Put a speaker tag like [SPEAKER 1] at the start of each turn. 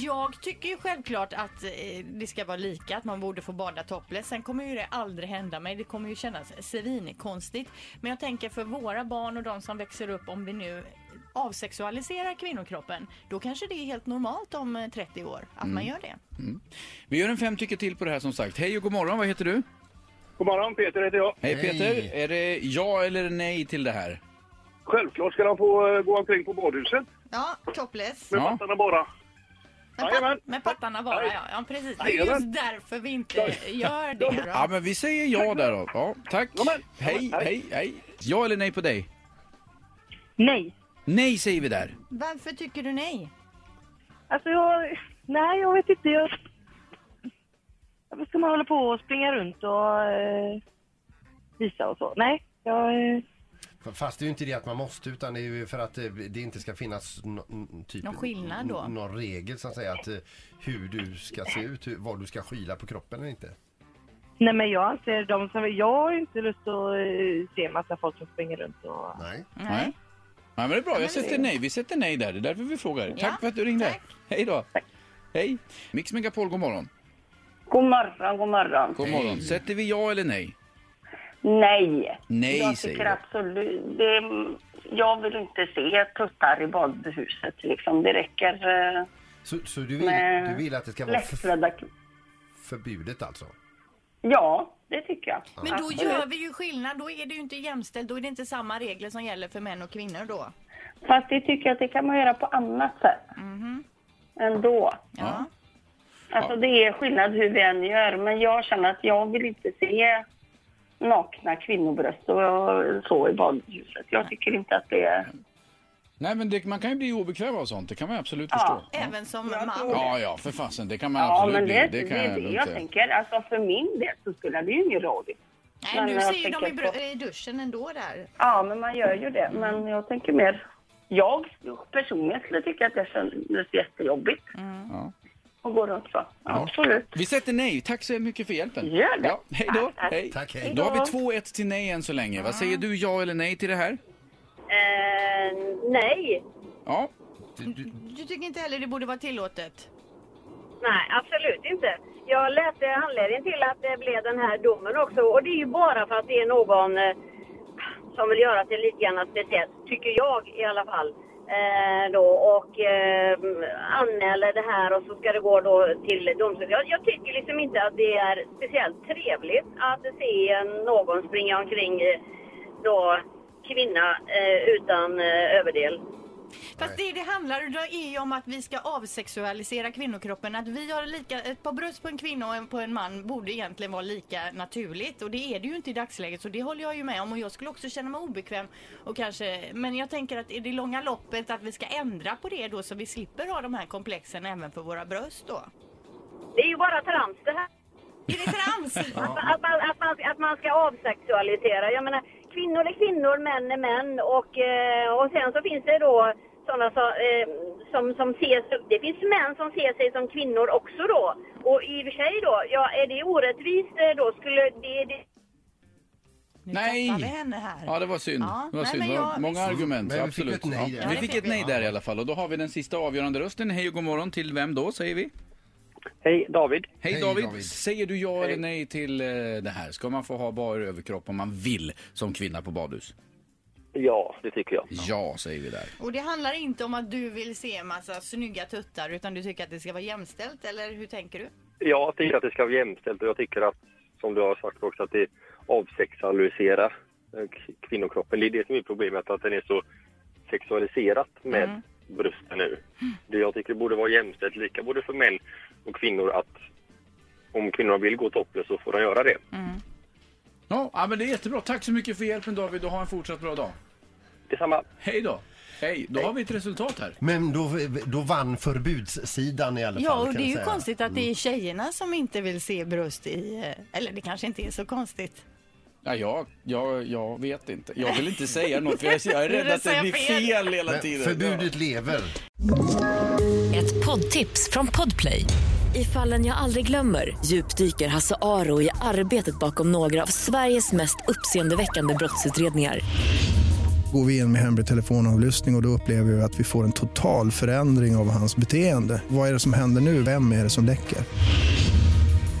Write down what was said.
[SPEAKER 1] jag tycker ju självklart att eh, det ska vara lika, att man borde få bada topless. Sen kommer ju det aldrig hända mig. Det kommer ju kännas svinkonstigt. Men jag tänker för våra barn och de som växer upp, om vi nu avsexualiserar kvinnokroppen, då kanske det är helt normalt om eh, 30 år att man gör det.
[SPEAKER 2] Vi gör en fem tycker till på det här som sagt. Hej och god morgon, vad heter du?
[SPEAKER 3] God morgon, Peter heter jag.
[SPEAKER 2] Hej
[SPEAKER 4] Hej.
[SPEAKER 2] Peter, är det ja eller nej till det här?
[SPEAKER 3] Självklart ska de få eh, gå omkring på badhuset.
[SPEAKER 1] Ja, topless.
[SPEAKER 3] Med
[SPEAKER 2] Ja.
[SPEAKER 3] pattarna bara.
[SPEAKER 1] Med,
[SPEAKER 3] Jajamän.
[SPEAKER 1] pat- med pattarna bara,
[SPEAKER 3] Nej.
[SPEAKER 1] ja. ja precis. Det är
[SPEAKER 3] Jajamän.
[SPEAKER 1] just därför vi inte gör det.
[SPEAKER 2] Ja men vi säger ja där då. Ja, tack.
[SPEAKER 3] Ja, men-
[SPEAKER 2] Hej,
[SPEAKER 3] Ja, men-
[SPEAKER 2] hej, hej. Ja eller nej på dig?
[SPEAKER 5] Nej.
[SPEAKER 2] Nej säger vi där.
[SPEAKER 1] Varför tycker du nej?
[SPEAKER 5] Alltså jag... Nej, jag vet inte. Jag... Varför ska man hålla på och springa runt och eh, visa och så? Nej, jag... Eh...
[SPEAKER 4] F- Fast det är ju inte det att man måste utan det är ju för att eh, det inte ska finnas nå- n- typ,
[SPEAKER 1] Någon skillnad då?
[SPEAKER 4] n- Någon regel så att säga att eh, hur du ska se ut, hur, vad du ska skyla på kroppen eller inte.
[SPEAKER 5] Nej, men jag anser de som... Jag har ju inte lust att eh, se en massa folk som springer runt och...
[SPEAKER 4] Nej.
[SPEAKER 2] Nej. Ja, men det är bra, jag sätter nej. Vi sätter nej där. Det är därför vi frågar. Tack för att du ringde.
[SPEAKER 1] tack.
[SPEAKER 2] Hej då. Hej. Mix Megapol, god morgon.
[SPEAKER 6] God morgon, god morgon.
[SPEAKER 2] God morgon. Sätter vi ja eller nej?
[SPEAKER 6] Nej.
[SPEAKER 2] Nej,
[SPEAKER 6] jag
[SPEAKER 2] säger
[SPEAKER 6] tycker
[SPEAKER 2] du.
[SPEAKER 6] absolut... Det, jag vill inte se tuttar i badhuset. Liksom. Det räcker eh,
[SPEAKER 4] Så, så du, vill,
[SPEAKER 6] med
[SPEAKER 4] du vill att det ska vara för,
[SPEAKER 6] lättklädda... kl-
[SPEAKER 4] förbjudet alltså?
[SPEAKER 6] Ja, det tycker jag.
[SPEAKER 1] Men då
[SPEAKER 6] Absolut.
[SPEAKER 1] gör vi ju skillnad. Då är det ju inte jämställt. Då är det inte samma regler som gäller för män och kvinnor då.
[SPEAKER 6] Fast det tycker jag att det kan man göra på annat sätt.
[SPEAKER 1] Mhm.
[SPEAKER 6] Ändå.
[SPEAKER 1] Ja.
[SPEAKER 6] Alltså det är skillnad hur vi än gör. Men jag känner att jag vill inte se nakna kvinnobröst och så i badhuset. Jag tycker inte att det är...
[SPEAKER 2] Nej, men det, man kan ju bli obekväm av sånt. Det kan man absolut
[SPEAKER 6] Ja.
[SPEAKER 2] förstå.
[SPEAKER 1] Även som
[SPEAKER 6] Jag
[SPEAKER 1] man.
[SPEAKER 6] tror-
[SPEAKER 2] Ja, ja, för fasen. Det kan man
[SPEAKER 6] Ja,
[SPEAKER 2] absolut
[SPEAKER 6] men
[SPEAKER 2] bli.
[SPEAKER 6] det,
[SPEAKER 2] Det kan
[SPEAKER 6] det är
[SPEAKER 2] jag
[SPEAKER 6] det
[SPEAKER 2] nog
[SPEAKER 6] jag
[SPEAKER 2] inte.
[SPEAKER 6] tänker. Alltså för min del så spelar det ju ingen roll.
[SPEAKER 1] Nej,
[SPEAKER 6] Men
[SPEAKER 1] nu
[SPEAKER 6] jag
[SPEAKER 1] ser ju de i,
[SPEAKER 6] tänker
[SPEAKER 1] br-
[SPEAKER 6] på-
[SPEAKER 1] i duschen ändå där.
[SPEAKER 6] Ja, men man gör ju det. Men jag tänker mer... Jag personligen skulle tycka att det kändes jättejobbigt.
[SPEAKER 2] Ja.
[SPEAKER 6] Och gå runt så. Absolut.
[SPEAKER 2] Vi sätter nej. Tack så mycket för hjälpen.
[SPEAKER 6] Gör det.
[SPEAKER 2] Ja, hej då.
[SPEAKER 6] Tack, tack.
[SPEAKER 2] Hej.
[SPEAKER 4] Tack, hej.
[SPEAKER 2] Då har vi 2-1 till nej än så länge. Vad säger du, ja eller nej till det här?
[SPEAKER 5] nej.
[SPEAKER 2] Ja,
[SPEAKER 4] Du, du,
[SPEAKER 1] Du tycker inte heller det borde vara tillåtet?
[SPEAKER 5] Nej, absolut inte. Jag läste anledningen till att det blev den här domen också och det är ju bara för att det är någon eh, som vill göra sig lite grann speciellt, tycker jag i alla fall. Eh, då, och eh, anmäler det här och så ska det gå då till domstol. Jag, jag tycker liksom inte att det är speciellt trevligt att se någon springa omkring eh, då kvinna eh, utan eh, överdel.
[SPEAKER 1] Fast det det handlar om är ju om att vi ska avsexualisera kvinnokroppen. Att vi har lika, ett par bröst på en kvinna och en på en man borde egentligen vara lika naturligt. Och det är det ju inte i dagsläget. Så det håller jag ju med om. Och jag skulle också känna mig obekväm. Och kanske, men jag tänker att i det långa loppet att vi ska ändra på det då så vi slipper ha de här komplexen även för våra bröst då.
[SPEAKER 5] Det är ju bara trams det här.
[SPEAKER 1] Är det trams?
[SPEAKER 5] Att man, att, man, att man ska avsexualisera. Jag menar, kvinnor är kvinnor, män är män. Och, eh, och sen så finns det då sådana så, eh, som, som ser Det finns män som ser sig som kvinnor också då. Och i och för sig då, ja, är det orättvist eh, då? Skulle det, det
[SPEAKER 1] Nu
[SPEAKER 2] Nej.
[SPEAKER 1] tappar vi henne här.
[SPEAKER 2] Ja, det var synd.
[SPEAKER 1] Ja,
[SPEAKER 2] Det var
[SPEAKER 1] nej,
[SPEAKER 2] synd.
[SPEAKER 1] men
[SPEAKER 2] Det var
[SPEAKER 1] jag-
[SPEAKER 2] många argument.
[SPEAKER 4] Men vi fick
[SPEAKER 2] absolut.
[SPEAKER 4] ett nej där.
[SPEAKER 2] ja.
[SPEAKER 1] Ja,
[SPEAKER 2] vi
[SPEAKER 1] det
[SPEAKER 2] fick
[SPEAKER 1] fick
[SPEAKER 2] ett
[SPEAKER 1] vi.
[SPEAKER 2] nej där i alla fall. Och då har vi den sista avgörande rösten. Hej och god morgon till vem då, säger vi?
[SPEAKER 3] Hej, David.
[SPEAKER 2] Hej,
[SPEAKER 4] Hej,
[SPEAKER 2] David.
[SPEAKER 4] David.
[SPEAKER 2] Säger du ja eller nej till eh, det här? Ska man få ha bar överkropp om man vill som kvinna på badhus?
[SPEAKER 3] Ja, det tycker jag.
[SPEAKER 2] Ja, säger vi där.
[SPEAKER 1] Och det handlar inte om att du vill se en massa snygga tuttar utan du tycker att det ska vara jämställt eller hur tänker du?
[SPEAKER 3] Jag tycker att det ska vara jämställt och jag tycker att, som du har sagt också, att det avsexualiserar eh, k- kvinnokroppen. Det är det som är problemet, att den är så sexualiserat med
[SPEAKER 5] Mm.
[SPEAKER 3] brösten nu. Det jag tycker borde vara jämställt, lika både för män och kvinnor, att om kvinnorna vill gå topless så får de göra det.
[SPEAKER 5] Mm.
[SPEAKER 2] Ja, ja, men det är jättebra. Tack så mycket för hjälpen, David, och ha en fortsatt bra dag.
[SPEAKER 3] Detsamma.
[SPEAKER 2] Hej då. Hej. Då har vi ett resultat här.
[SPEAKER 4] men då, då vann förbudssidan i alla fall.
[SPEAKER 1] Ja, och
[SPEAKER 4] kan
[SPEAKER 1] det är
[SPEAKER 4] vi
[SPEAKER 1] ju
[SPEAKER 4] säga. Mm.
[SPEAKER 1] konstigt att det är tjejerna som inte vill se bröst i... eh, Eller det kanske inte är så konstigt.
[SPEAKER 2] Ja, jag, jag, jag vet inte. Jag vill inte säga något, för jag jag är
[SPEAKER 1] Du
[SPEAKER 2] rädd att det
[SPEAKER 1] säger
[SPEAKER 2] blir
[SPEAKER 1] fel.
[SPEAKER 2] fel hela
[SPEAKER 4] Men
[SPEAKER 2] tiden.
[SPEAKER 4] förbudet lever.
[SPEAKER 7] Ett poddtips från Podplay. I fallen jag aldrig glömmer djupdyker Hasse Aro i arbetet bakom några av Sveriges mest uppseendeväckande brottsutredningar.
[SPEAKER 8] går vi in med hemlig telefonavlyssning och, och då upplever vi att vi får en total förändring av hans beteende. Vad är det som händer nu? Vem är det som läcker?